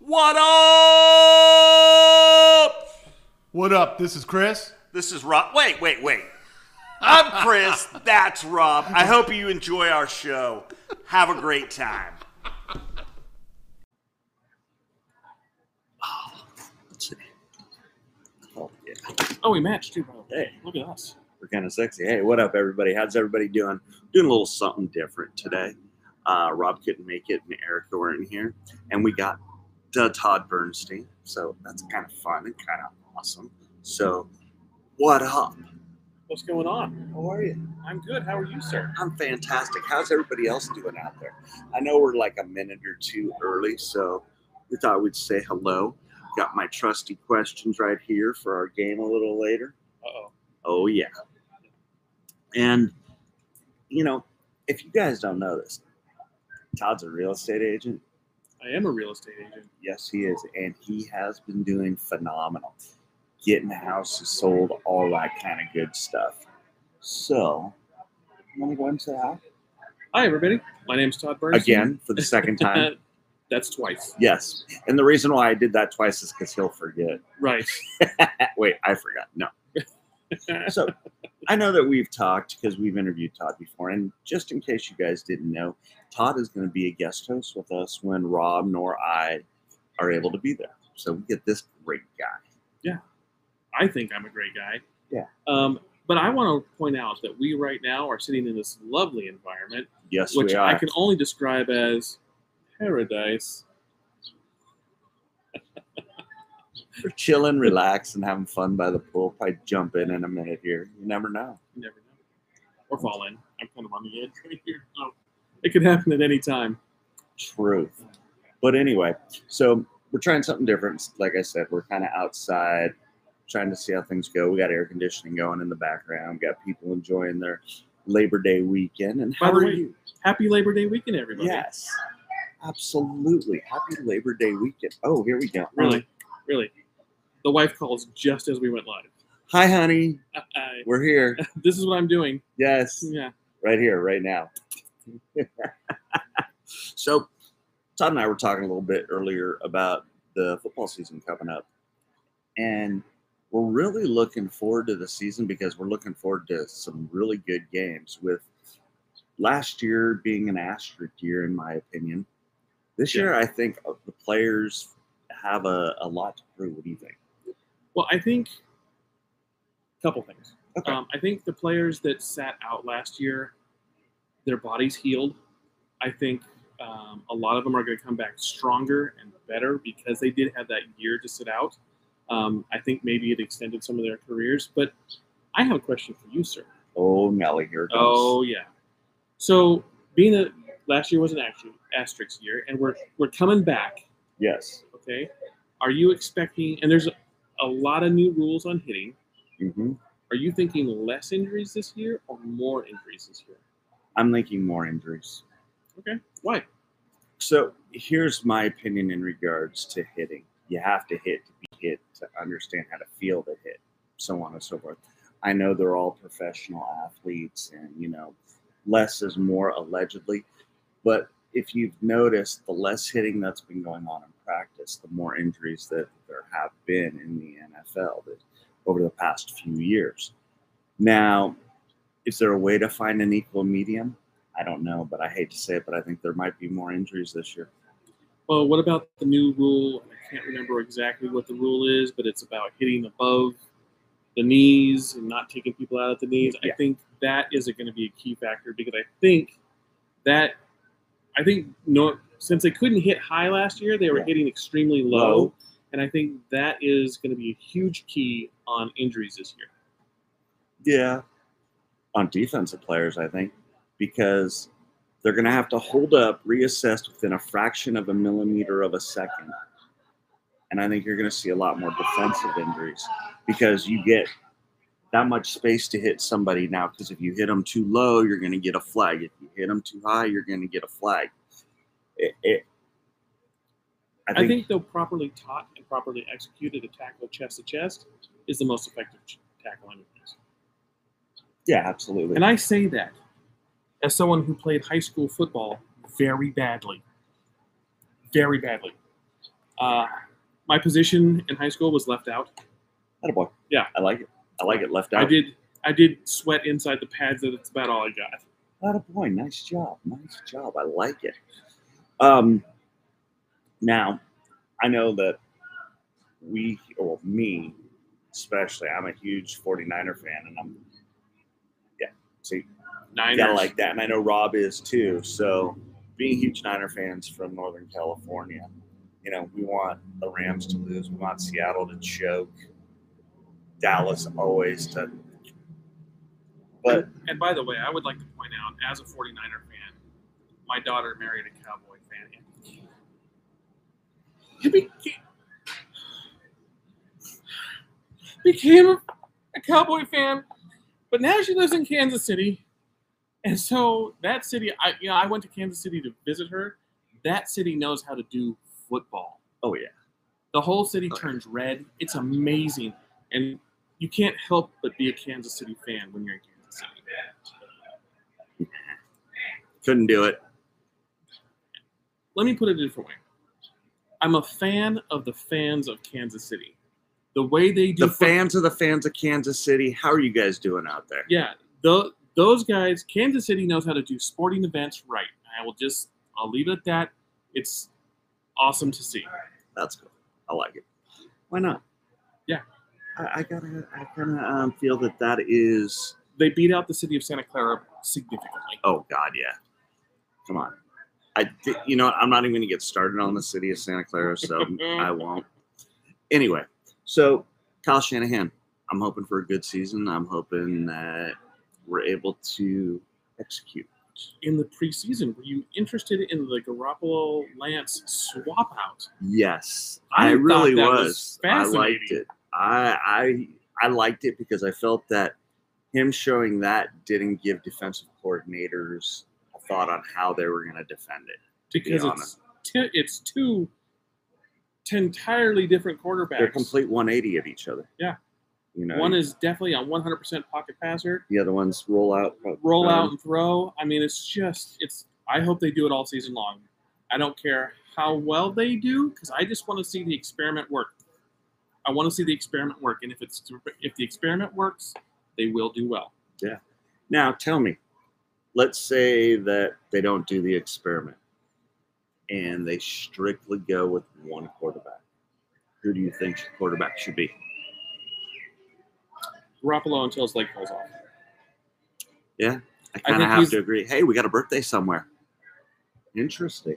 What up? What up? This is Chris. This is Rob. Wait, wait, wait. I'm Chris. That's Rob. I hope you enjoy our show. Have a great time. Oh, yeah. Oh, we matched too, by the way. Look at us. We're kind of sexy. Hey, what up, everybody? How's everybody doing? Doing a little something different today. Uh, Rob couldn't make it, and Erica were in here, and we got the Todd Bernstein. So that's kind of fun and kind of awesome. So, what up? What's going on? How are you? I'm good. How are you, sir? I'm fantastic. How's everybody else doing out there? I know we're like a minute or two early, so we thought we'd say hello. Got my trusty questions right here for our game a little later. Uh-oh. Oh yeah. And you know, if you guys don't know this, Todd's a real estate agent. I am a real estate agent. Yes, he is, and he has been doing phenomenal, getting houses sold, all that kind of good stuff. So, you want to go ahead and say hi Hi, everybody. My name's Todd Burns. again for the second time? That's twice. yes, and the reason why I did that twice is because he'll forget. Right. Wait, I forgot. No. so I know that we've talked because we've interviewed Todd before. And just in case you guys didn't know, Todd is going to be a guest host with us when Rob nor I are able to be there. So we get this great guy. I think I'm a great guy. Yeah. Um, but I want to point out that we right now are sitting in this lovely environment, Yes, which we are. I can only describe as paradise. We're chilling, relaxing, having fun by the pool. Probably jump in in a minute here. You never know. You never know. Or fall in. I'm kind of on the edge right here. So it could happen at any time. Truth. But anyway, so we're trying something different. Like I said, we're kind of outside, trying to see how things go. We got air conditioning going in the background. Got people enjoying their Labor Day weekend. And By how the are way, you? Happy Labor Day weekend, everybody. Yes, absolutely. Happy Labor Day weekend. Oh, here we go. Really, really. The wife calls just as we went live. Hi, honey. I- We're here. this is what I'm doing. Yes, Yeah. right here, right now. so, Todd and I were talking a little bit earlier about the football season coming up, and we're really looking forward to the season because we're looking forward to some really good games. With last year being an asterisk year, in my opinion, this Yeah. year I think uh, the players have a, a lot to prove. What do you think? Well, I think a couple things. Okay. Um, I think the players that sat out last year, their bodies healed. I think um, a lot of them are going to come back stronger and better because they did have that year to sit out. Um, I think maybe it extended some of their careers. But I have a question for you, sir. Oh, Nelly, here it comes. Oh yeah. So being that last year was an actual asterisk year, and we're we're coming back. yes. Okay. Are you expecting? And there's a, a lot of new rules on hitting. hmm Are you thinking less injuries this year or more injuries this year? I'm thinking more injuries. Okay. Why? So here's my opinion in regards to hitting. You have to hit to be hit to understand how to feel the hit, so on and so forth. I know they're all professional athletes, and you know, less is more allegedly. But if you've noticed, the less hitting that's been going on in practice, the more injuries that there have been in the NFL that, over the past few years. Now, is there a way to find an equal medium? I don't know, but I hate to say it, but I think there might be more injuries this year. Well, what about the new rule? I can't remember exactly what the rule is, but it's about hitting above the knees and not taking people out at the knees. Yeah. I think that is going to be a key factor because I think that I think no, since they couldn't hit high last year, they were Yeah. hitting extremely low, Low. and I think that is going to be a huge key on injuries this year. Yeah. On defensive players, I think, because they're going to have to hold up, reassessed within a fraction of a millimeter of a second. And I think you're going to see a lot more defensive injuries because you get that much space to hit somebody now. Because if you hit them too low, you're going to get a flag. If you hit them too high, you're going to get a flag. It, it, I I think think though properly taught and properly executed, a tackle chest to chest is the most effective ch- tackle in this. yeah, absolutely. And I say that as someone who played high school football very badly, very badly. Uh, my position in high school was left out. That boy. Yeah. I like it. I like it left out. I did I did sweat inside the pads, and that's about all I got. Atta boy, nice job, nice job. I like it. Um, now, I know that we, well, me especially, I'm a huge 49er fan, and I'm, yeah, see, I Niners. gotta like that, and I know Rob is too. So, being huge Niner fans from Northern California, you know, we want the Rams to lose, we want Seattle to choke, Dallas always to, but And by the way, I would like to point out, as a 49er fan, my daughter married a Cowboy fan. He became, became a, a Cowboy fan, but now she lives in Kansas City. And so that city, I, you know, I went to Kansas City to visit her. That city knows how to do football. oh yeah, The whole city Oh, yeah. turns red. It's amazing. And you can't help but be a Kansas City fan when you're in Kansas City. couldn't do it. let me put it a different way. I'm a fan of the fans of Kansas City. The way they do the foot- fans of the fans of Kansas City. How are you guys doing out there? Yeah, tho- those guys. Kansas City knows how to do sporting events right. I will just I'll leave it at that. It's awesome to see. That's cool. I like it. Why not? Yeah. I, I gotta. I kind of um, feel that that is. They beat out the city of Santa Clara significantly. Oh God, yeah. Come on. I. Th- you know, what? I'm not even gonna get started on the city of Santa Clara, so I won't. Anyway, so Kyle Shanahan. I'm hoping for a good season. I'm hoping that we're able to execute. In the preseason, were you interested in the Garoppolo Lance swap out? Yes, I I, thought really that was was. I liked fascinating. it. I I I liked it because I felt that him showing that didn't give defensive coordinators a thought on how they were going to defend it. Because it's honest. t- it's two entirely different quarterbacks. They're complete 180 of each other. Yeah. you know, One is definitely a 100% pocket passer. the other one's roll out, Roll out um, and throw. I mean, it's just it's. I hope they do it all season long. I don't care how well they do because I just want to see the experiment work. I want to see the experiment work, and if it's if the experiment works, they will do well. Now tell me, let's say that they don't do the experiment and they strictly go with one quarterback. Who do you think your quarterback should be? Garoppolo until his leg falls off. I kind think of have he's- to agree. Hey, we got a birthday somewhere. Interesting.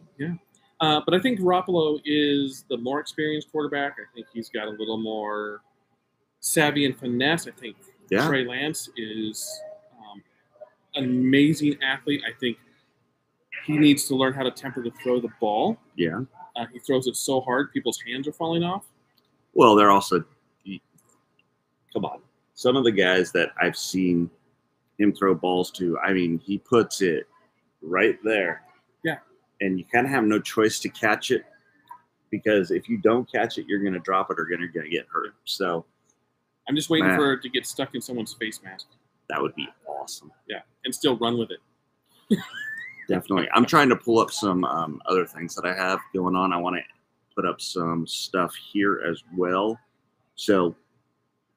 Uh, but I think Garoppolo is the more experienced quarterback. I think he's got a little more savvy and finesse. I think Yeah. Trey Lance is um, an amazing athlete. I think he needs to learn how to temper to throw the ball. Yeah. Uh, he throws it so hard, people's hands are falling off. Well, they're also. Come on. Some of the guys that I've seen him throw balls to, I mean, he puts it right there. Yeah. And you kind of have no choice to catch it because if you don't catch it, you're going to drop it or you're going to get hurt. So I'm just waiting Man. for it to get stuck in someone's face mask that would be awesome. and still run with it. Definitely. I'm trying to pull up some um, other things that I have going on. I want to put up some stuff here as well. So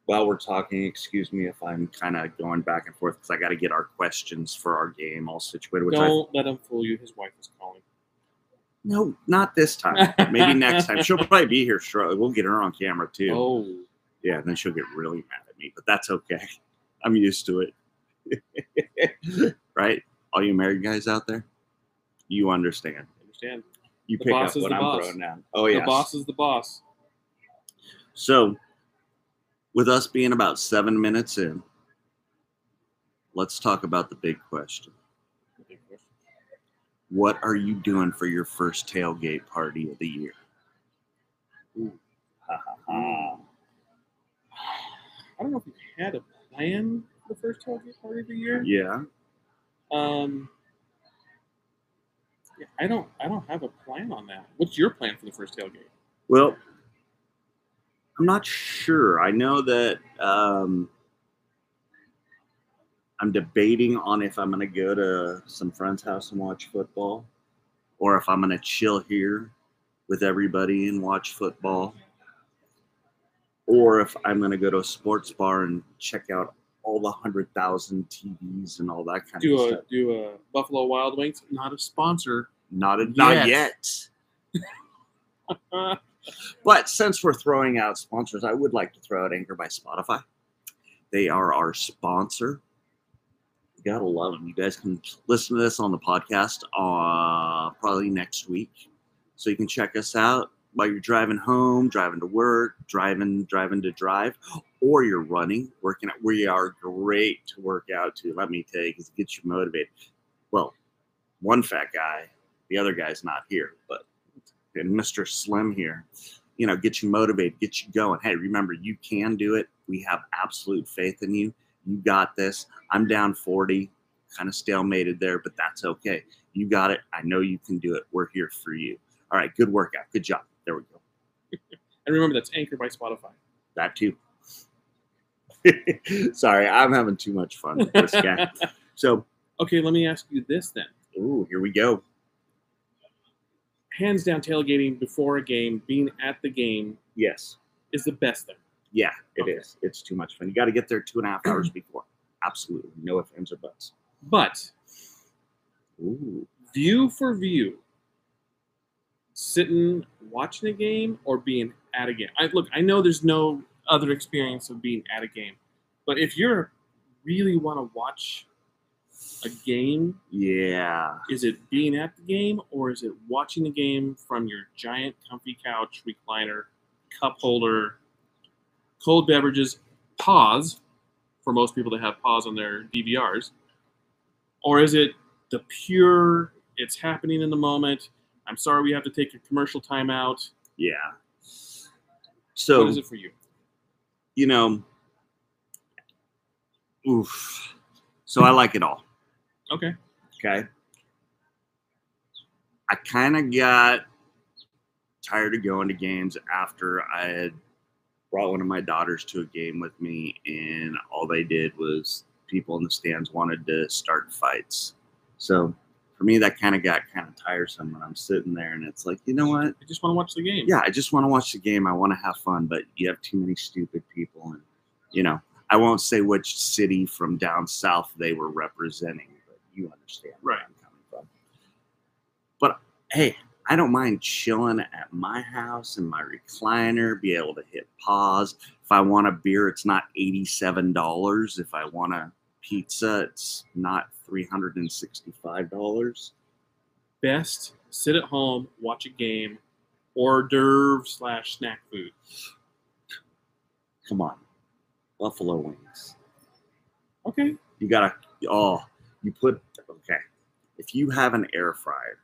while we're talking, excuse me if I'm kind of going back and forth because I got to get our questions for our game all situated. Which I Don't let him fool you. His wife is calling. no, not this time. Maybe next time. She'll probably be here shortly. We'll get her on camera too. Oh, Yeah, and then she'll get really mad at me, but that's okay. I'm used to it. right? All you married guys out there, you understand. understand. You The pick boss up is what the I'm boss. throwing down. Oh The yeah. boss is the boss. So, with us being about seven minutes in, let's talk about the big question. What are you doing for your first tailgate party of the year? Ah, I don't know if we had a plan for the first tailgate party of the year. yeah. Um, yeah, I don't. I don't have a plan on that. What's your plan for the first tailgate? Well, I'm not sure. I know that um, I'm debating on if I'm going to go to some friend's house and watch football or if I'm going to chill here with everybody and watch football, or if I'm going to go to a sports bar and check out all the hundred thousand TVs and all that kind of Do a stuff. do a Buffalo Wild Wings, not a sponsor. Not a, not Yet. yet. But since we're throwing out sponsors, I would like to throw out Anchor by Spotify. They are our sponsor. You gotta love them. You guys can listen to this on the podcast uh, probably next week, so you can check us out while you're driving home, driving to work, driving, driving to drive, or you're running, working. out. We are great to work out to. Let me tell you, 'cause it gets you motivated. Well, one fat guy, the other guy's not here, but and Mr. Slim here, you know, get you motivated, get you going. Hey, remember, you can do it. We have absolute faith in you. You got this. I'm down 40, kind of stalemated there, but that's okay. You got it. I know you can do it. We're here for you. All right. Good workout. Good job. There we go. And remember, that's anchored by Spotify. That too. Sorry, I'm having too much fun with this guy. So, Okay, let me ask you this then. ooh, here we go. Hands down, tailgating before a game, being at the game Yes. is the best thing. Yeah, it is. Okay. It's too much fun. You got to get there two and a half hours before. Absolutely. No ifs, ands, or buts. But Ooh. view for view, sitting watching a game or being at a game. I look, I know there's no other experience of being at a game, but if you're really want to watch a game, Yeah. is it being at the game or is it watching the game from your giant comfy couch recliner, cup holder, cold beverages, pause for most people to have pause on their DVRs? Or is it the pure, it's happening in the moment? I'm sorry we have to take a commercial timeout. Yeah. what So, is it for you? you know, oof. So I like it all. Okay. Okay. I kind of got tired of going to games after I had brought one of my daughters to a game with me, and all they did was people in the stands wanted to start fights. So for me, that kind of got kind of tiresome when I'm sitting there and it's like, you know what? I just want to watch the game. yeah, I just want to watch the game. I want to have fun, but you have too many stupid people, and you know, I won't say which city from down south they were representing, but you understand where Right. I'm coming from. But hey, I don't mind chilling at my house in my recliner, be able to hit pause. If I want a beer, it's not eighty-seven dollars. If I want a pizza, it's not three hundred and sixty-five dollars. Best sit at home, watch a game, hors d'oeuvre slash snack food. Come on, buffalo wings. Okay. You gotta oh, you put okay. If you have an air fryer,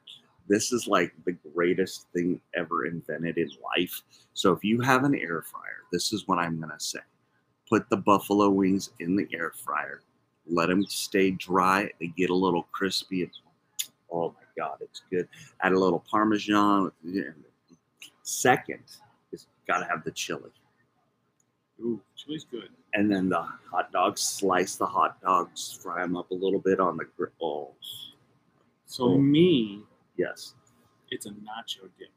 this is like the greatest thing ever invented in life. So if you have an air fryer, this is what I'm gonna say. Put the buffalo wings in the air fryer. Let them stay dry. They get a little crispy. It's, oh my god, it's good. Add a little parmesan. Second is gotta have the chili Ooh, chili's good. and then the hot dogs. Slice the hot dogs, fry them up a little bit on the grill. Oh, So Oh. me, yes. it's a nacho dip,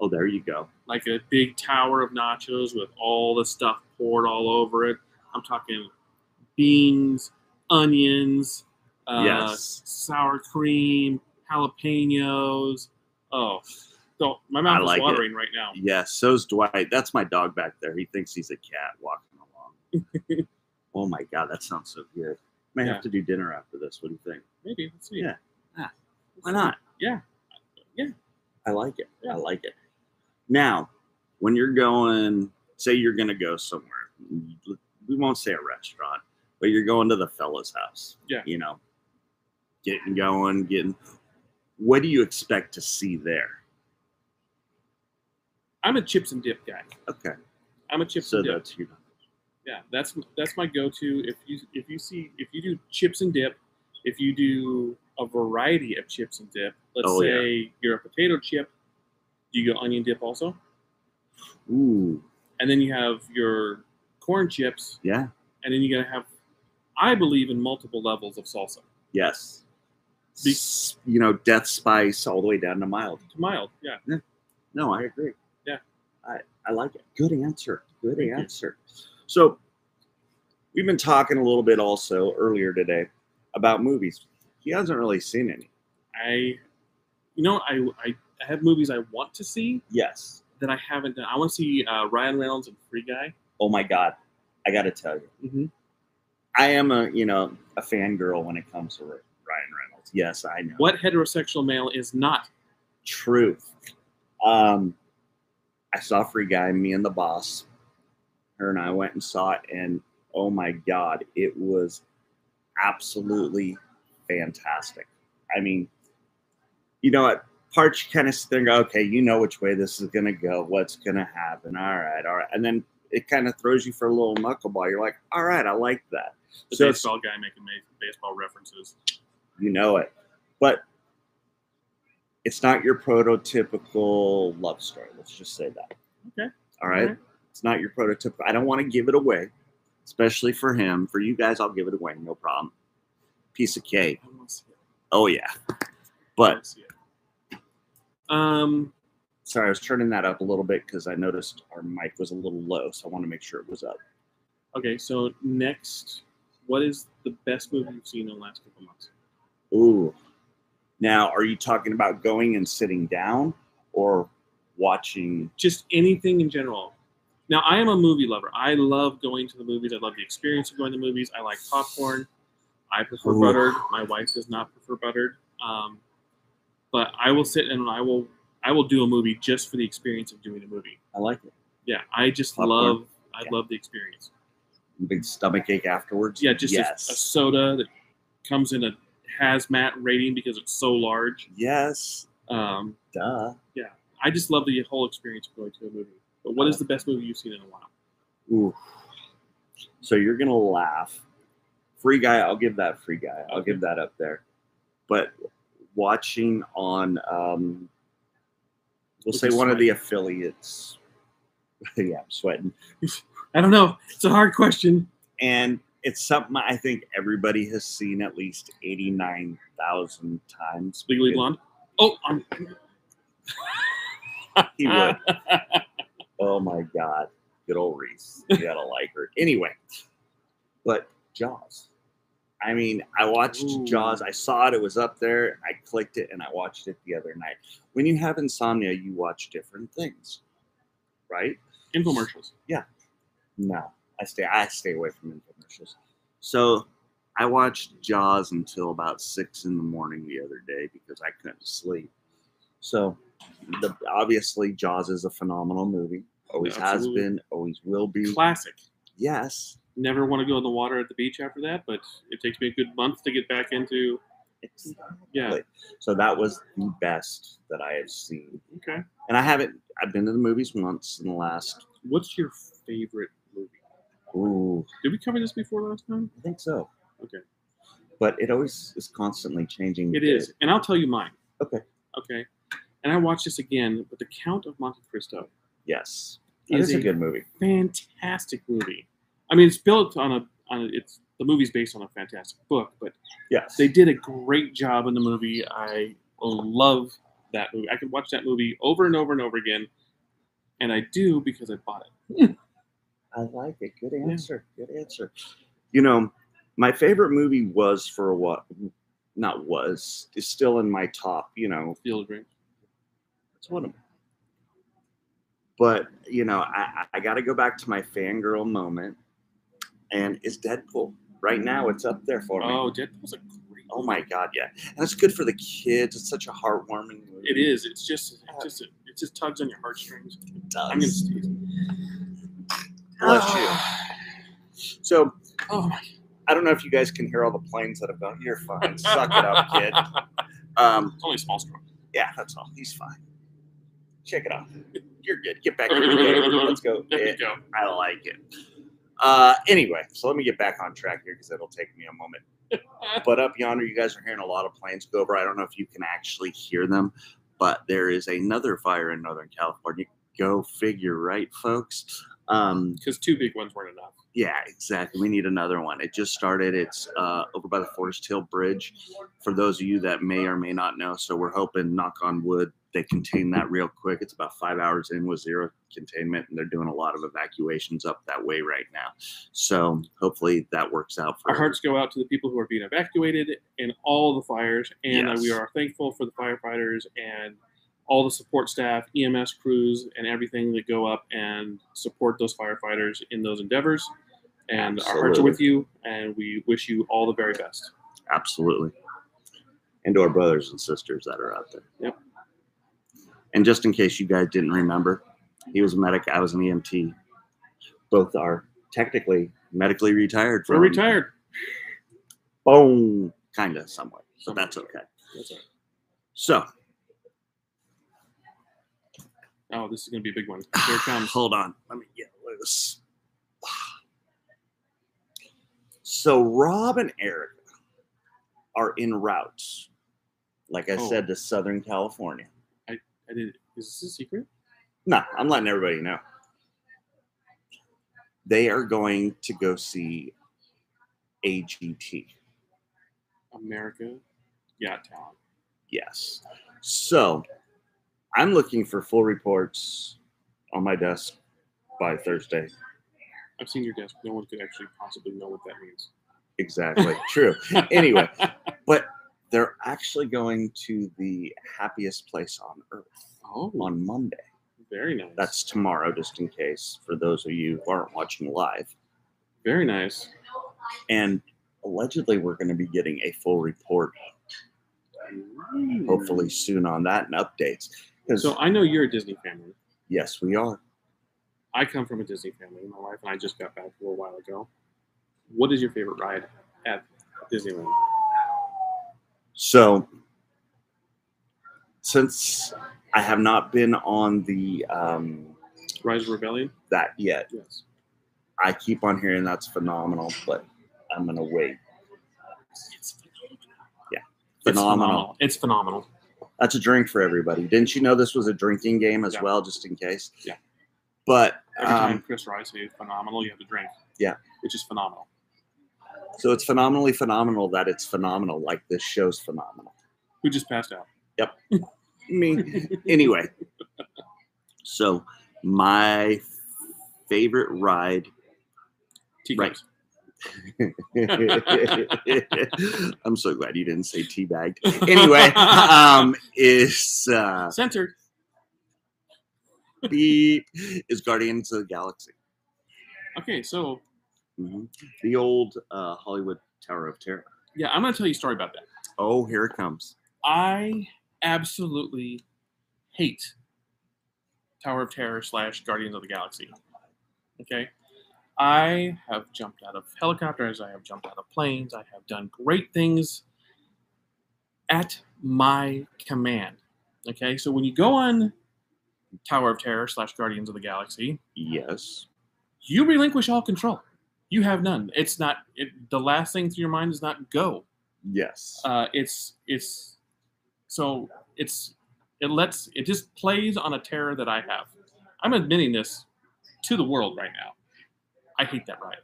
Oh, there you go. like a big tower of nachos with all the stuff poured all over it. I'm talking beans, onions, uh, yes. sour cream, jalapenos. Oh, so my I mouth like it. is watering right now. Yes. So's Dwight. That's my dog back there. He thinks he's a cat walking along. oh my God, that sounds so good. May Yeah. have to do dinner after this. What do you think? Maybe let's see. Yeah. Why not? Yeah. Yeah. I like it. Yeah. I like it. Now, when you're going, say you're going to go somewhere, we won't say a restaurant, but you're going to the fella's house. Yeah. You know, getting going, getting. What do you expect to see there? I'm a chips and dip guy. Okay. I'm a chips So and dip. that's, you know, Yeah, that's that's my go-to. If you if you see if you do chips and dip, if you do a variety of chips and dip, let's Oh, yeah. say you're a potato chip, you go onion dip also, ooh, and then you have your corn chips, yeah. and then you're gonna have, I believe in multiple levels of salsa Yes. Be- S- you know, death spice all the way down to mild. to mild. Yeah, No, I agree. Yeah. I, I like it. Good answer. Good Thank you. answer. So we've been talking a little bit also earlier today about movies. He hasn't really seen any. I, you know, I, I, I have movies I want to see Yes. that I haven't done. I want to see uh, Ryan Reynolds and Free Guy. Oh my God. I got to tell you. Mm-hmm. I am a, you know, a fangirl when it comes to Ryan Reynolds. Yes, I know. What heterosexual male is not? truth. Um, I saw Free Guy, me and the boss. Her and I went and saw it, and oh my God, it was absolutely fantastic. I mean, you know, at parts you kind of think, okay, you know which way this is going to go, what's going to happen. All right, all right. And then it kind of throws you for a little knuckleball. You're like, all right, I like that. The So it's- baseball guy making ma- baseball references. you know it. But it's not your prototypical love story. Let's just say that. Okay. All right. Alright. It's not your prototypical. I don't want to give it away, especially for him. For you guys, I'll give it away. No problem. Piece of cake. I want to see it. Oh, yeah. I But wanna see it. Um, sorry, I was turning that up a little bit because I noticed our mic was a little low. So I want to make sure it was up. Okay, so next, what is the best movie you've seen in the last couple months? Ooh. Now, are you talking about going and sitting down or watching? Just anything in general. Now, I am a movie lover. I love going to the movies. I love the experience of going to the movies. I like popcorn. I prefer Ooh. buttered. My wife does not prefer buttered. Um, but I will sit and I will I will do a movie just for the experience of doing a movie. I like it. Yeah, I just Popcorn. love I Yeah. love the experience. big stomach ache afterwards. Yeah, just a- yes, a, soda that comes in a hazmat rating because it's so large. yes, Um, duh. I just love the whole experience of going to a movie. But what is the best movie you've seen in a while? Ooh. So you're gonna laugh. Free guy, I'll give that free guy. I'll Okay. give that up there. But watching on, um, we'll Look say at one of the affiliates. yeah, I'm sweating, I don't know. It's a hard question. and it's something I think everybody has seen at least eighty nine thousand times. Legally Blonde. Oh, I'm, uh, He Ah. would. oh my god, good old Reese. You gotta like her. Anyway, but Jaws. I mean, I watched Ooh. Jaws. I saw it. It was up there. I clicked it and I watched it the other night. When you have insomnia, you watch different things, right? infomercials. No, I stay. I stay away from infomercials. So I watched Jaws until about six in the morning the other day because I couldn't sleep. So the obviously Jaws is a phenomenal movie. Always Absolutely. has been. Always will be. Classic. yes, Never want to go in the water at the beach after that, but it takes me a good month to get back into. Yeah. So that was the best that I have seen, Okay. and I haven't. I've been to the movies once in the last. What's your favorite movie? Ooh, Did we cover this before last time? I think so. Okay. But it always is constantly changing. It is, and I'll tell you mine. Okay. Okay. And I watched this again, but The Count of Monte Cristo. Yes. It It is is a a- good movie. fantastic movie. I mean, it's built on a on a, it's the movie's based on a fantastic book, but Yes. they did a great job in the movie. I love that movie. I could watch that movie over and over and over again, and I do because I bought it. I like it. Good answer. Good answer. You know, my favorite movie was for a while, not was, is still in my top, you know, Field Green. it's one of them. But, you know, I, I got to go back to my fangirl moment, and it's Deadpool. Right now, it's up there for me. Oh, Deadpool's a great. Oh my God, yeah. And it's good for the kids. It's such a heartwarming movie. It is. It's just. It just. It just tugs on your heartstrings. It I'm gonna does. sneeze. Bless you. So, Oh my. I don't know if you guys can hear all the planes that have gone. You're fine. Suck it up, kid. Um, It's only a small stroke. yeah, that's all. He's fine. Check it out. You're good. Get back in the game. Let's go. There Yeah, you go. I like it. Uh, anyway, so let me get back on track here because it'll take me a moment. But up yonder, you guys are hearing a lot of planes go over. I don't know if you can actually hear them, but there is another fire in Northern California. Go figure, right, folks? Um, Because two big ones weren't enough. yeah, exactly. We need another one. It just started. It's uh, over by the Forest Hill Bridge. For those of you that may or may not know, so we're hoping, knock on wood, They contain that real quick. It's about five hours in with zero containment, and they're doing a lot of evacuations up that way right now. So hopefully that works out for Our hearts go out to the people who are being evacuated in all the fires, and uh, we Yes. are thankful for the firefighters and all the support staff, EMS crews, and everything that go up and support those firefighters in those endeavors. And our hearts are with you, and we wish you all the very best. Absolutely. And to our brothers and sisters that are out there. Yep. And just in case you guys didn't remember, he was a medic, I was an EMT. Both are technically medically retired We're from retired. Boom. Kinda somewhat. But that's okay. That's all right. So Oh, this is going to be a big one. Here it comes. hold on. Let me get loose. So Rob and Eric are en route, like I Oh. said, to Southern California. I did, is this a secret? No, I'm letting everybody know. They are going to go see AGT. America Got Talent. Yes. So I'm looking for full reports on my desk by Thursday. I've seen your desk. No one could actually possibly know what that means. Exactly. True. Anyway, but they're actually going to the happiest place on earth Oh, on Monday. very nice. That's tomorrow, just in case, for those of you who aren't watching live. very nice. And allegedly, we're going to be getting a full report hopefully soon on that and updates. Because So I know you're a Disney family. yes, we are. I come from a Disney family. My wife and I just got back a little while ago. What is your favorite ride at Disneyland? So since I have not been on the um, Rise of Rebellion? that yet, Yes. I keep on hearing that's phenomenal, but I'm gonna wait. It's Phenomenal. It's phenomenal. That's a drink for everybody. Didn't you know this was a drinking game as Yeah. well, just in case? Yeah. But Every time um, Chris Rye says phenomenal, you have to drink. Yeah. Which is phenomenal. so it's phenomenally phenomenal that it's phenomenal, like this show's phenomenal. Who just passed out? me. Anyway, so my favorite ride. Teacups. I'm so glad you didn't say teabagged. Anyway, um, is uh, Censored. beep is Guardians of the Galaxy, Okay, so Mhm. the old uh, Hollywood Tower of Terror. yeah, I'm going to tell you a story about that. Oh, here it comes. I absolutely hate Tower of Terror slash Guardians of the Galaxy. Okay. I have jumped out of helicopters. I have jumped out of planes. I have done great things at my command. Okay. So when you go on Tower of Terror slash Guardians of the Galaxy, Yes, you relinquish all control. You have none. It's not, it, the last thing through your mind is not go yes, uh, it's it's so it's it lets it just plays on a terror that I have. I'm admitting this to the world right now. I hate that ride.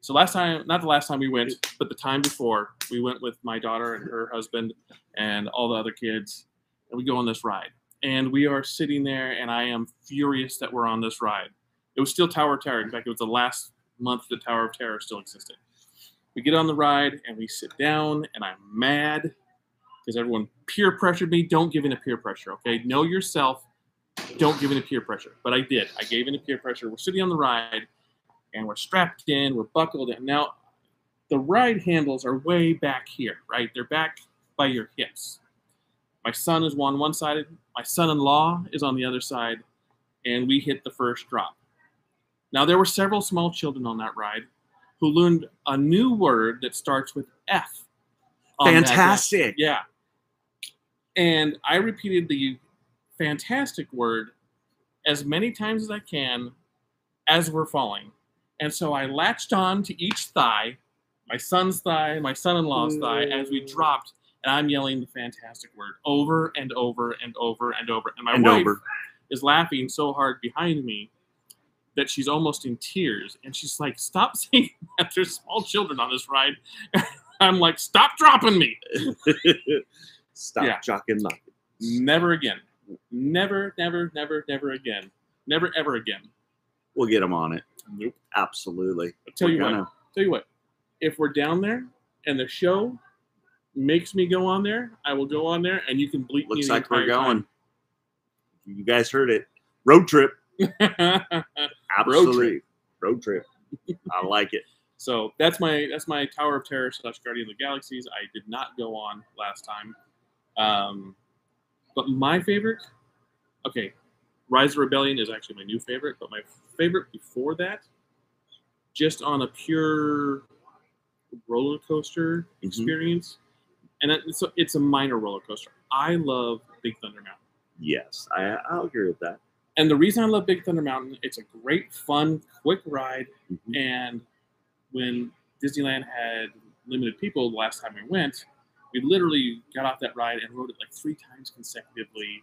So last time, not the last time we went, but the time before, we went with my daughter and her husband and all the other kids, and we go on this ride. And we are sitting there, and I am furious that we're on this ride. It was still Tower of Terror. In fact, it was the last month the Tower of Terror still existed. We get on the ride and we sit down, and I'm mad because everyone peer pressured me. Don't give in to peer pressure, okay? Know yourself. Don't give in to peer pressure. But I did. I gave in to peer pressure. We're sitting on the ride, and we're strapped in. We're buckled in. Now, the ride handles are way back here, right? They're back by your hips. My son is on one side. My son-in-law is on the other side, and we hit the first drop. Now, there were several small children on that ride who learned a new word that starts with F. on that uh, ride. fantastic. Yeah. And I repeated the fantastic word as many times as I can as we're falling. And so I latched on to each thigh, my son's thigh, my son in law's thigh, as we dropped. And I'm yelling the fantastic word over and over and over and over. And my And wife over. is laughing so hard behind me that she's almost in tears. And she's like, Stop saying that there's small children on this ride. I'm like, Stop dropping me. Stop Yeah. jocking luck. Never again. Never, never, never, never again. Never ever again. We'll get them on it. Nope. Absolutely. I'll tell you We're what. gonna- Tell you what. If we're down there and the show makes me go on there, I will go on there, and you can bleep me. Looks the like we're entire going. You guys heard it. Road trip. time. Absolutely. Road trip. I like it. so that's my that's my Tower of Terror slash Guardian of the Galaxies. I did not go on last time. Um, but my favorite, okay, Rise of Rebellion is actually my new favorite. But my favorite before that, just on a pure roller coaster Mm-hmm. experience, and it- it's a, it's a minor roller coaster. I love Big Thunder Mountain, Yes, I, I'll agree with that. and the reason I love Big Thunder Mountain, it's a great, fun, quick ride. Mhm. And when Disneyland had limited people the last time we went, we literally got off that ride and rode it like three times consecutively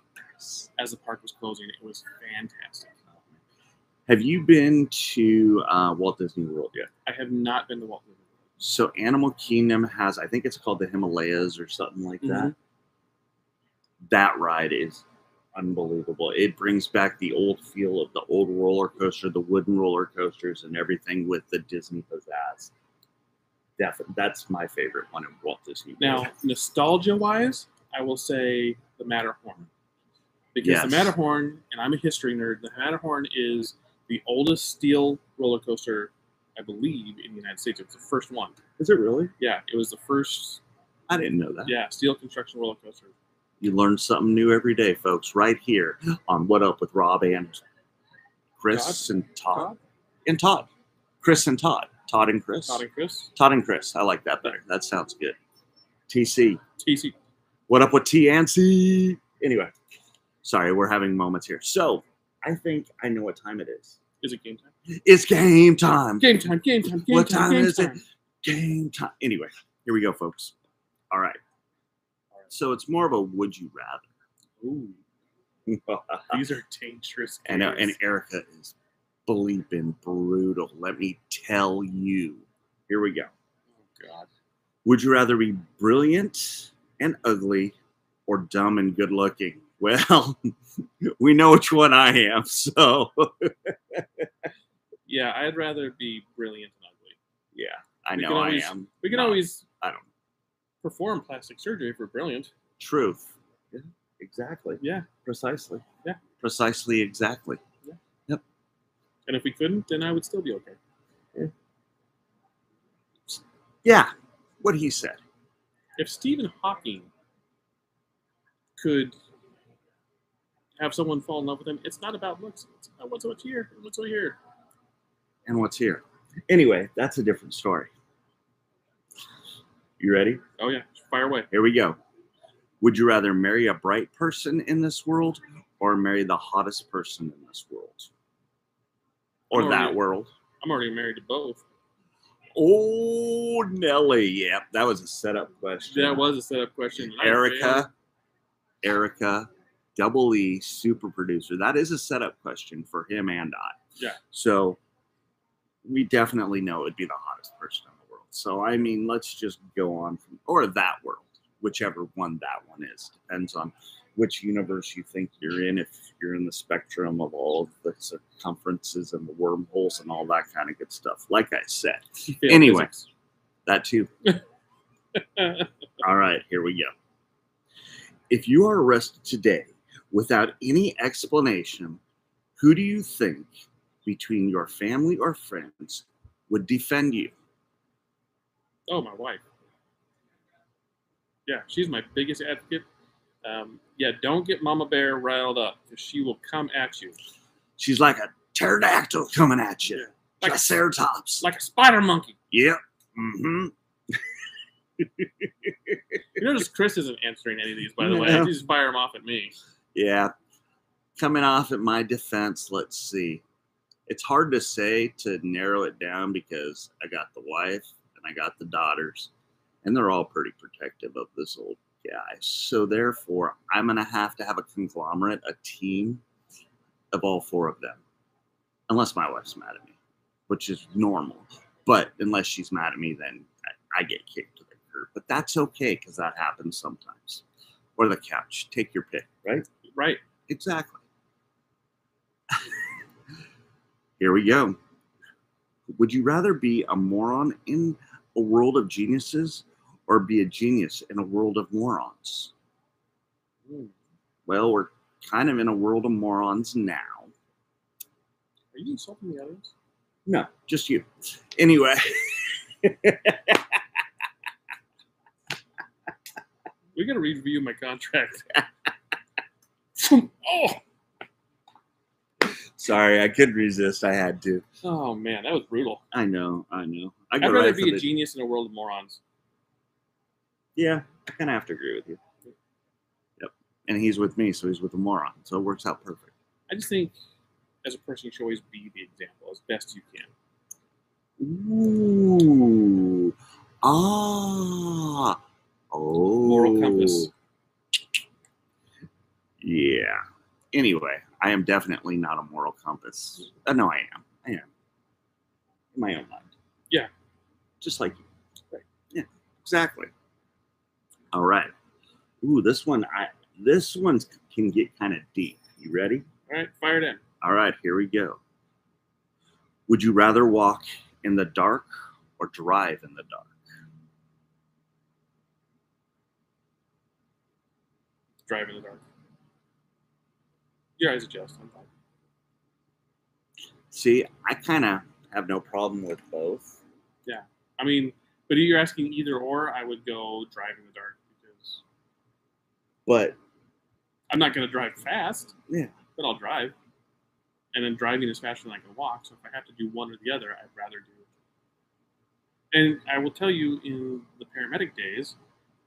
as the park was closing. It was fantastic. Have you been to uh, Walt Disney World yet? I have not been to Walt Disney World. So Animal Kingdom has, I think it's called the Himalayas or something like Mm-hmm. that. That ride is unbelievable. It brings back the old feel of the old roller coaster, the wooden roller coasters, and everything with the Disney pizzazz. Definitely, that's my favorite one in Walt Disney. World. Now, nostalgia wise, I will say the Matterhorn. Because the Yes. Matterhorn, and I'm a history nerd, the Matterhorn is the oldest steel roller coaster, I believe, in the United States. It was the first one. is it really? Yeah, it was the first, I didn't know that. yeah, steel construction roller coaster. You learn something new every day, folks, right here on What Up with Rob and Chris and Todd. Todd? And Todd. Chris and Todd. Todd and Chris. Todd and Chris. Todd and Chris. I like that better. That sounds good. TC. TC. What up with TNC? Anyway, sorry, we're having moments here. So I think I know what time it is. Is it game time? It's game time. Game time, game time, game What time time, game is it? time. Game time. Anyway, here we go, folks. All right. So it's more of a would you Ooh, rather. these are dangerous I know, and games. Erica is bleeping brutal. Let me tell you. Here we go. Oh, God. Would you rather be brilliant and ugly or dumb and good looking? Well, we know which one I am. So, Yeah, I'd rather be brilliant and ugly. yeah, I We know can always- I am. We can No, always I don't. perform plastic surgery if we're brilliant. Truth. Yeah, exactly. Yeah. Precisely. Yeah. Precisely, exactly. And if we couldn't, then I would still be okay. Yeah, what he said. If Stephen Hawking could have someone fall in love with him, it's not about looks. It's about what's over here and what's over here. And what's here? Anyway, that's a different story. You ready? Oh yeah, fire away. Here we go. Would you rather marry a bright person in this world or marry the hottest person in this world? Or Oh, that yeah. world? I'm already married to both. Oh, Nelly. Yep, that was a setup question. That was a setup question. and I failed. Erica, Erica, double E, super producer. That is a setup question for him and I. Yeah. So we definitely know it'd be the hottest person in the world. So I mean, let's just go on from or that world, whichever one that one is. Depends on which universe you think you're in, if you're in the spectrum of all of the circumferences and the wormholes and all that kind of good stuff. Like I said, She failed Anyway. physics. that too. All right, here we go. If you are arrested today without any explanation, who do you think between your family or friends would defend you? oh, my wife. Yeah, she's my biggest advocate. Um, yeah, don't get Mama Bear riled up because she will come at you She's like a pterodactyl coming at you, like a, triceratops. like a spider monkey. yep. hmm You notice Chris isn't answering any of these, by the way. No. You just fire them off at me. Yeah. Coming off at my defense, let's see. It's hard to say to narrow it down because I got the wife and I got the daughters, and they're all pretty protective of this old guy. So, therefore, I'm going to have to have a conglomerate, a team of all four of them, unless my wife's mad at me, which is normal. But unless she's mad at me, then I, I get kicked to the curb. But that's okay because that happens sometimes. Or the couch. Take your pick, right? Right. Exactly. Here we go. Would you rather be a moron in a world of geniuses or be a genius in a world of morons? Ooh, Well, we're kind of in a world of morons now. are you insulting the audience? No, just you. Anyway, We gotta review my contract. oh, sorry, I couldn't resist. I had to. oh man, that was brutal. I know, I know. I I'd rather right for be a the- genius in a world of morons. Yeah, I kind of have to agree with you. Yep. And he's with me, so he's with a moron. So it works out perfect. I just think, as a person, you should always be the example as best you Ooh. can. Ah. Oh. Moral compass. Yeah. Anyway, I am definitely not a moral compass. Uh, no, I am. I am. In my own mind. Yeah. Just like you. Right. Yeah. Exactly. All right. Ooh, this one. I this one can get kind of deep. You ready? All right, fire it in. All right, here we go. Would you rather walk in the dark or drive in the dark? Drive in the dark. Your eyes adjust. I'm fine. See, I kind of have no problem with both. I mean, but if you're asking either or, I would go drive in the dark because But I'm not going to drive fast. Yeah. But I'll drive. And then driving is faster than I can walk. So if I have to do one or the other, I'd rather do And I will tell you, in the paramedic days,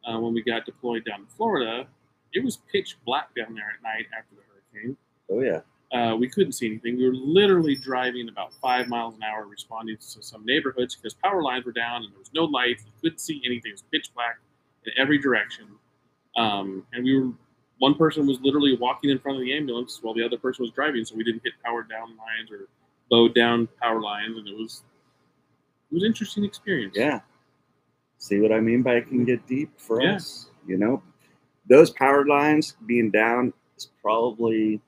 uh, when we got deployed down to Florida, it was pitch black down there at night after the hurricane. oh yeah, Uh, we couldn't see anything. We were literally driving about five miles an hour, responding to some neighborhoods because power lines were down and there was no lights. You couldn't see anything. It was pitch black in every direction. Um, and we were one person was literally walking in front of the ambulance while the other person was driving, so we didn't hit power down lines or bow down power lines, and it was it was an interesting experience. yeah. See what I mean by it can get deep for Yeah. us. You know, those power lines being down is probably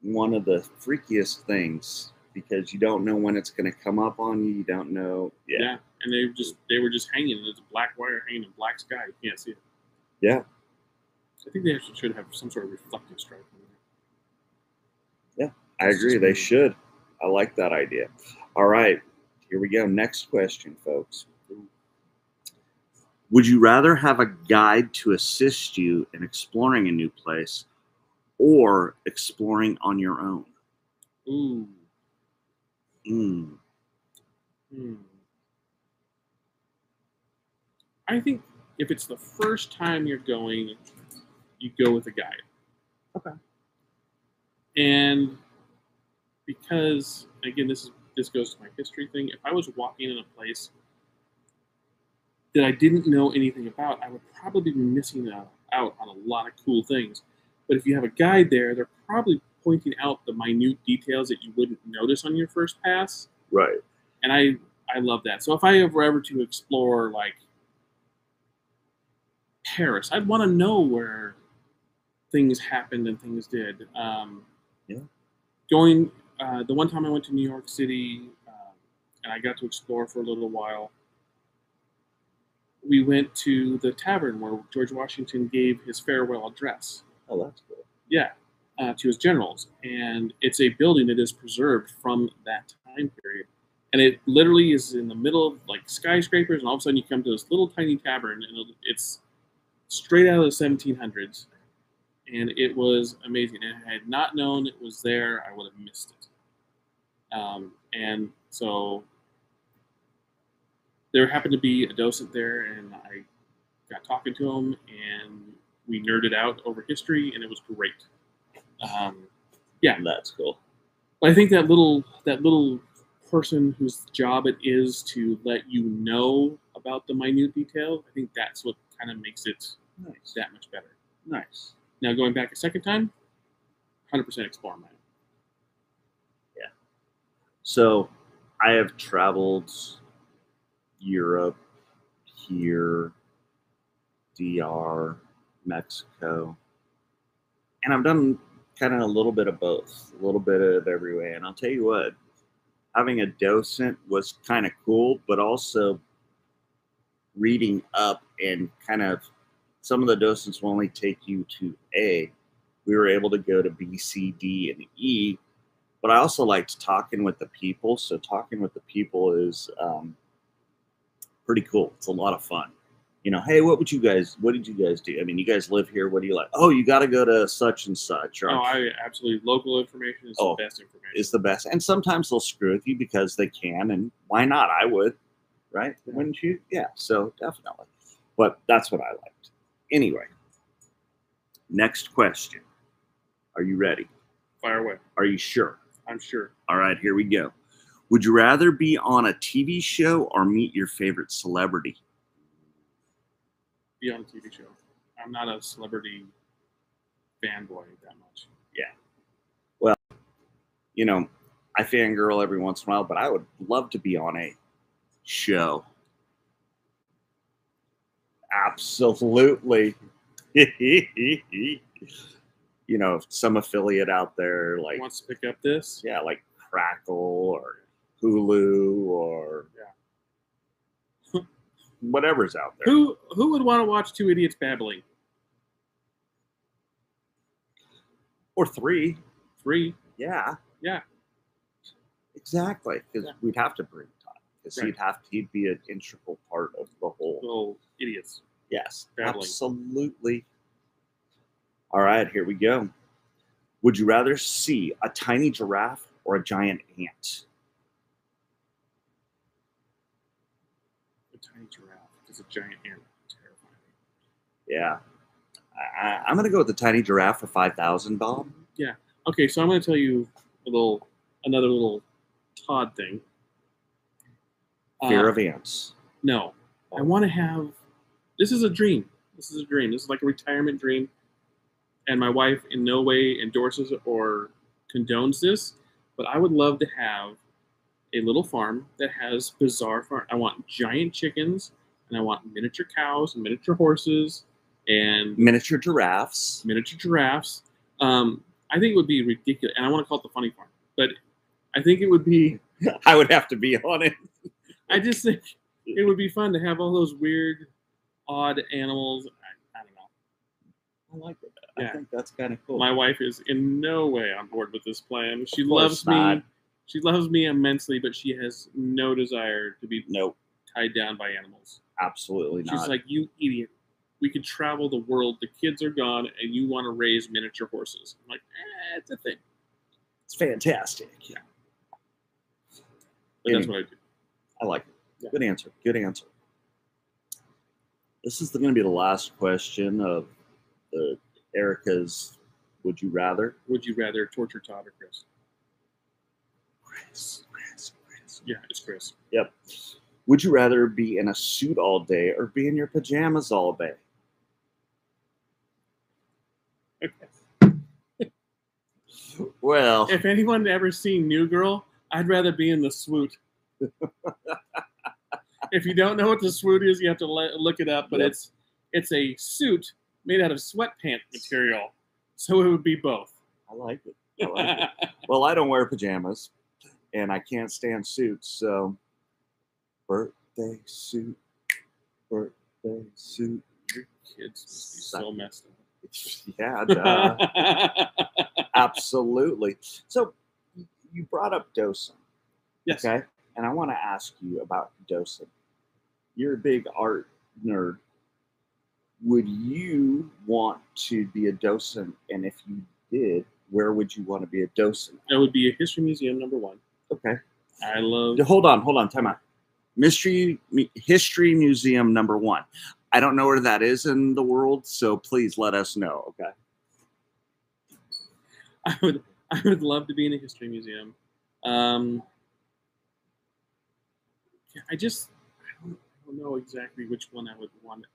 one of the freakiest things because you don't know when it's going to come up on you. You don't know. Yeah. Yeah, and they were just they were just hanging. and It's a black wire hanging in black sky. You can't see it. Yeah. I think they actually should have some sort of reflective stripe. on there. I agree. They should. I like that idea. All right. Here we go. Next question, folks. Would you rather have a guide to assist you in exploring a new place or exploring on your own? Ooh. Mm, Hmm. I think if it's the first time you're going, you go with a guide. Okay. And because again, this is this goes to my history thing. If I was walking in a place that I didn't know anything about, I would probably be missing out, out on a lot of cool things. But if you have a guide there, they're probably pointing out the minute details that you wouldn't notice on your first pass right. and I I love that. So if I were ever to explore like Paris, I'd want to know where things happened and things did. Um, Yeah. Going uh, the one time I went to New York City um, and I got to explore for a little while. We went to the tavern where George Washington gave his farewell address Oh, that's cool. yeah, uh, to his generals. And it's a building that is preserved from that time period. And it literally is in the middle of like skyscrapers, and all of a sudden you come to this little tiny tavern, and it- it's straight out of the 1700s. And it was amazing. And had I not known it was there, I would have missed it. Um, and so there happened to be a docent there, and I got talking to him, and we nerded out over history, and it was great. Um, That's cool. but I think that little that little person whose job it is to let you know about the minute detail, I think that's what kind of makes it Nice. that much better. Nice. Now going back a second time, hundred percent explore mine. So I have traveled Europe, here, DR, Mexico, and I've done kind of a little bit of both, a little bit of every way. And I'll tell you what, having a docent was kind of cool, but also reading up and kind of some of the docents will only take you to A. We were able to go to B, C, D, and E, but I also liked talking with the people. So talking with the people is um, pretty cool. It's a lot of fun. You know, hey, what would you guys? What did you guys do? I mean, you guys live here. What do you like? Oh, you got to go to such and such. Or No, Oh, I absolutely local information is Oh, the best information. is the best. And sometimes they'll screw with you because they can, and why not? I would, right? Wouldn't you? Yeah, so definitely. But that's what I liked. Anyway, next question. Are you ready? Fire away. Are you sure? I'm sure. All right, here we go. Would you rather be on a TV show or meet your favorite celebrity? Be on a TV show. I'm not a celebrity fanboy that much. You know, I fangirl every once in a while, but I would love to be on a show. Absolutely. you know, some affiliate out there like Wants to pick up this? yeah, like Crackle or Hulu or whatever's out there. Who who would want to watch two idiots babbling? Or three. Three. Yeah. Yeah. Exactly. Because Yeah. we'd have to bring Todd. Because Right. he'd have to he'd be an integral part of the whole. Little idiots. Yes. Traveling. Absolutely. All right, here we go. Would you rather see a tiny giraffe or a giant ant? A tiny giraffe. It's a giant ant. Terrifying. Yeah. I, I, I'm going to go with the tiny giraffe for 5000 Bob. Okay, so I'm going to tell you a little, another little Todd thing. Fear Uh, of ants. No, I want to have. This is a dream. This is a dream. This is like a retirement dream, and my wife in no way endorses or condones this. But I would love to have a little farm that has bizarre farm. I want giant chickens, and I want miniature cows and miniature horses, and Miniature giraffes. miniature giraffes. Um, I think it would be ridiculous, and I want to call it the funny farm, but I think it would be. I would have to be on it. I just think it would be fun to have all those weird, odd animals. I, I don't know. I like it. Yeah. I think that's kind of cool. My wife is in no way on board with this plan. She Of course loves me. not. She loves me immensely, but she has no desire to be Nope. tied down by animals. Absolutely She's not. like, "You idiot! We could travel the world. The kids are gone, and you want to raise miniature horses?" I'm like, eh, "It's a thing." it's fantastic. But that's what I do. I like it. Yeah. Good answer. Good answer. This is going to be the last question of the Erica's Would You Rather? Would you rather torture Todd or Chris? Chris, Chris, Chris. Yeah, it's Chris. Yep. Would you rather be in a suit all day or be in your pajamas all day? well, If anyone ever seen New Girl, I'd rather be in the swoot. if you don't know what the swoot is, you have to le- look it up. But Yep. it's it's a suit made out of sweatpant material, so it would be both. I like it. I like it. Well, I don't wear pajamas and I can't stand suits, so birthday suit, birthday suit. Kids must be so messed Yeah, duh. up. absolutely. So y- you brought up dosing, yes. okay? And I want to ask you about dosing. You're a big art nerd. Would you want to be a docent? And if you did, where would you want to be a docent? That would be a history museum number one. Okay. I love Hold on, hold on, time out. Mystery mu- History Museum number one. I don't know where that is in the world, so please let us know. Okay. I would I would love to be in a history museum. Um, yeah, I just I don't, I don't know exactly which one I would want.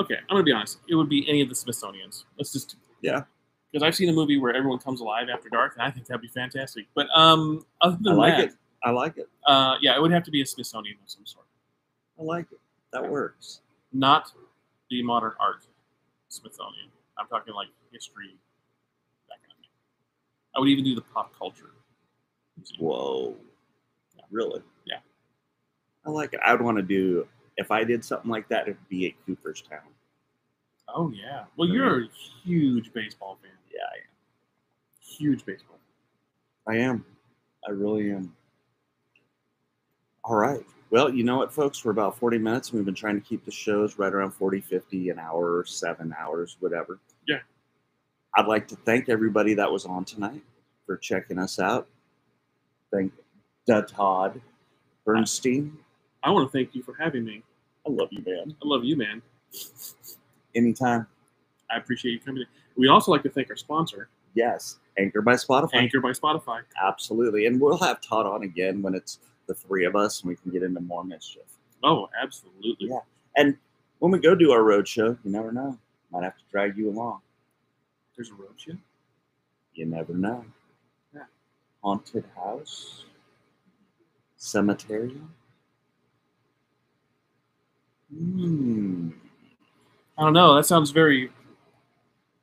Okay, I'm gonna be honest. It would be any of the Smithsonian's. Let's just Yeah. Because I've seen a movie where everyone comes alive after dark, and I think that'd be fantastic. But um, other I than like that, it. I like it. Uh, yeah, it would have to be a Smithsonian of some sort, I like it. That works. not the modern art Smithsonian. I'm talking like history I would even do the pop culture. Whoa. Really? Yeah. I like it. I would want to do, if I did something like that, it'd be at Cooperstown. Oh yeah. Well, you're a huge baseball fan. Yeah, I Huge baseball. fan. I am. I really am. All right. Well, you know what, folks? We're about 40 minutes and we've been trying to keep the shows right around 40, 50, an hour, seven hours, whatever. Yeah. I'd like to thank everybody that was on tonight for checking us out. Thank Da Todd Bernstein. I want to thank you for having me. I love you, man. I love you, man. Anytime. I appreciate you coming. in. We also like to thank our sponsor, Yes. Anchor by Spotify. Anchor by Spotify. Absolutely. And we'll have Todd on again when it's the three of us and we can get into more mischief. Oh, absolutely. Yeah. And when we go do our road show, you never know. Might have to drag you along. There's a road show. You never know. Yeah. Haunted house, cemetery. Hmm. I don't know. That sounds very.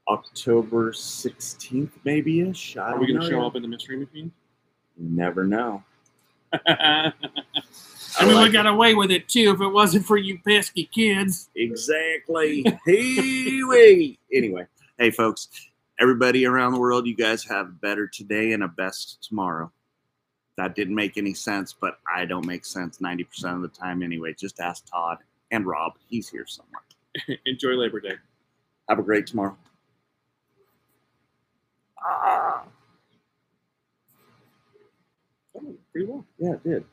October 16th, maybe ish. Are we going to show up in the mystery machine? You never know. I I like got away with it too if it wasn't for you pesky kids. Exactly. Hee-wee. Anyway, hey, folks, everybody around the world, you guys have a better today and a best tomorrow. That didn't make any sense, but I don't make sense 90% of the time anyway. Just ask Todd and Rob. He's here somewhere. Enjoy Labor Day. Have a great tomorrow. Oh, pretty well. Oh, Yeah, it did.